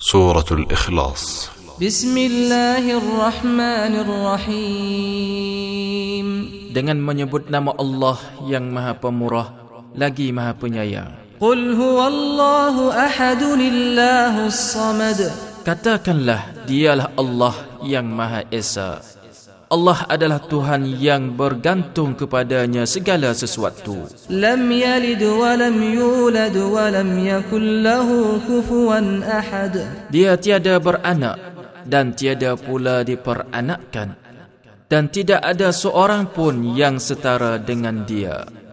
سورة الإخلاص بسم الله الرحمن الرحيم dengan menyebut nama Allah yang Maha Pemurah lagi Maha Penyayang. قل هو الله أحد الله الصمد Katakanlah dialah Allah yang Maha Esa. Allah adalah Tuhan yang bergantung kepadanya segala sesuatu. لم يلد ولم يولد ولم يكن له كفوا أحد Dia tiada beranak dan tiada pula diperanakkan dan tidak ada seorang pun yang setara dengan dia.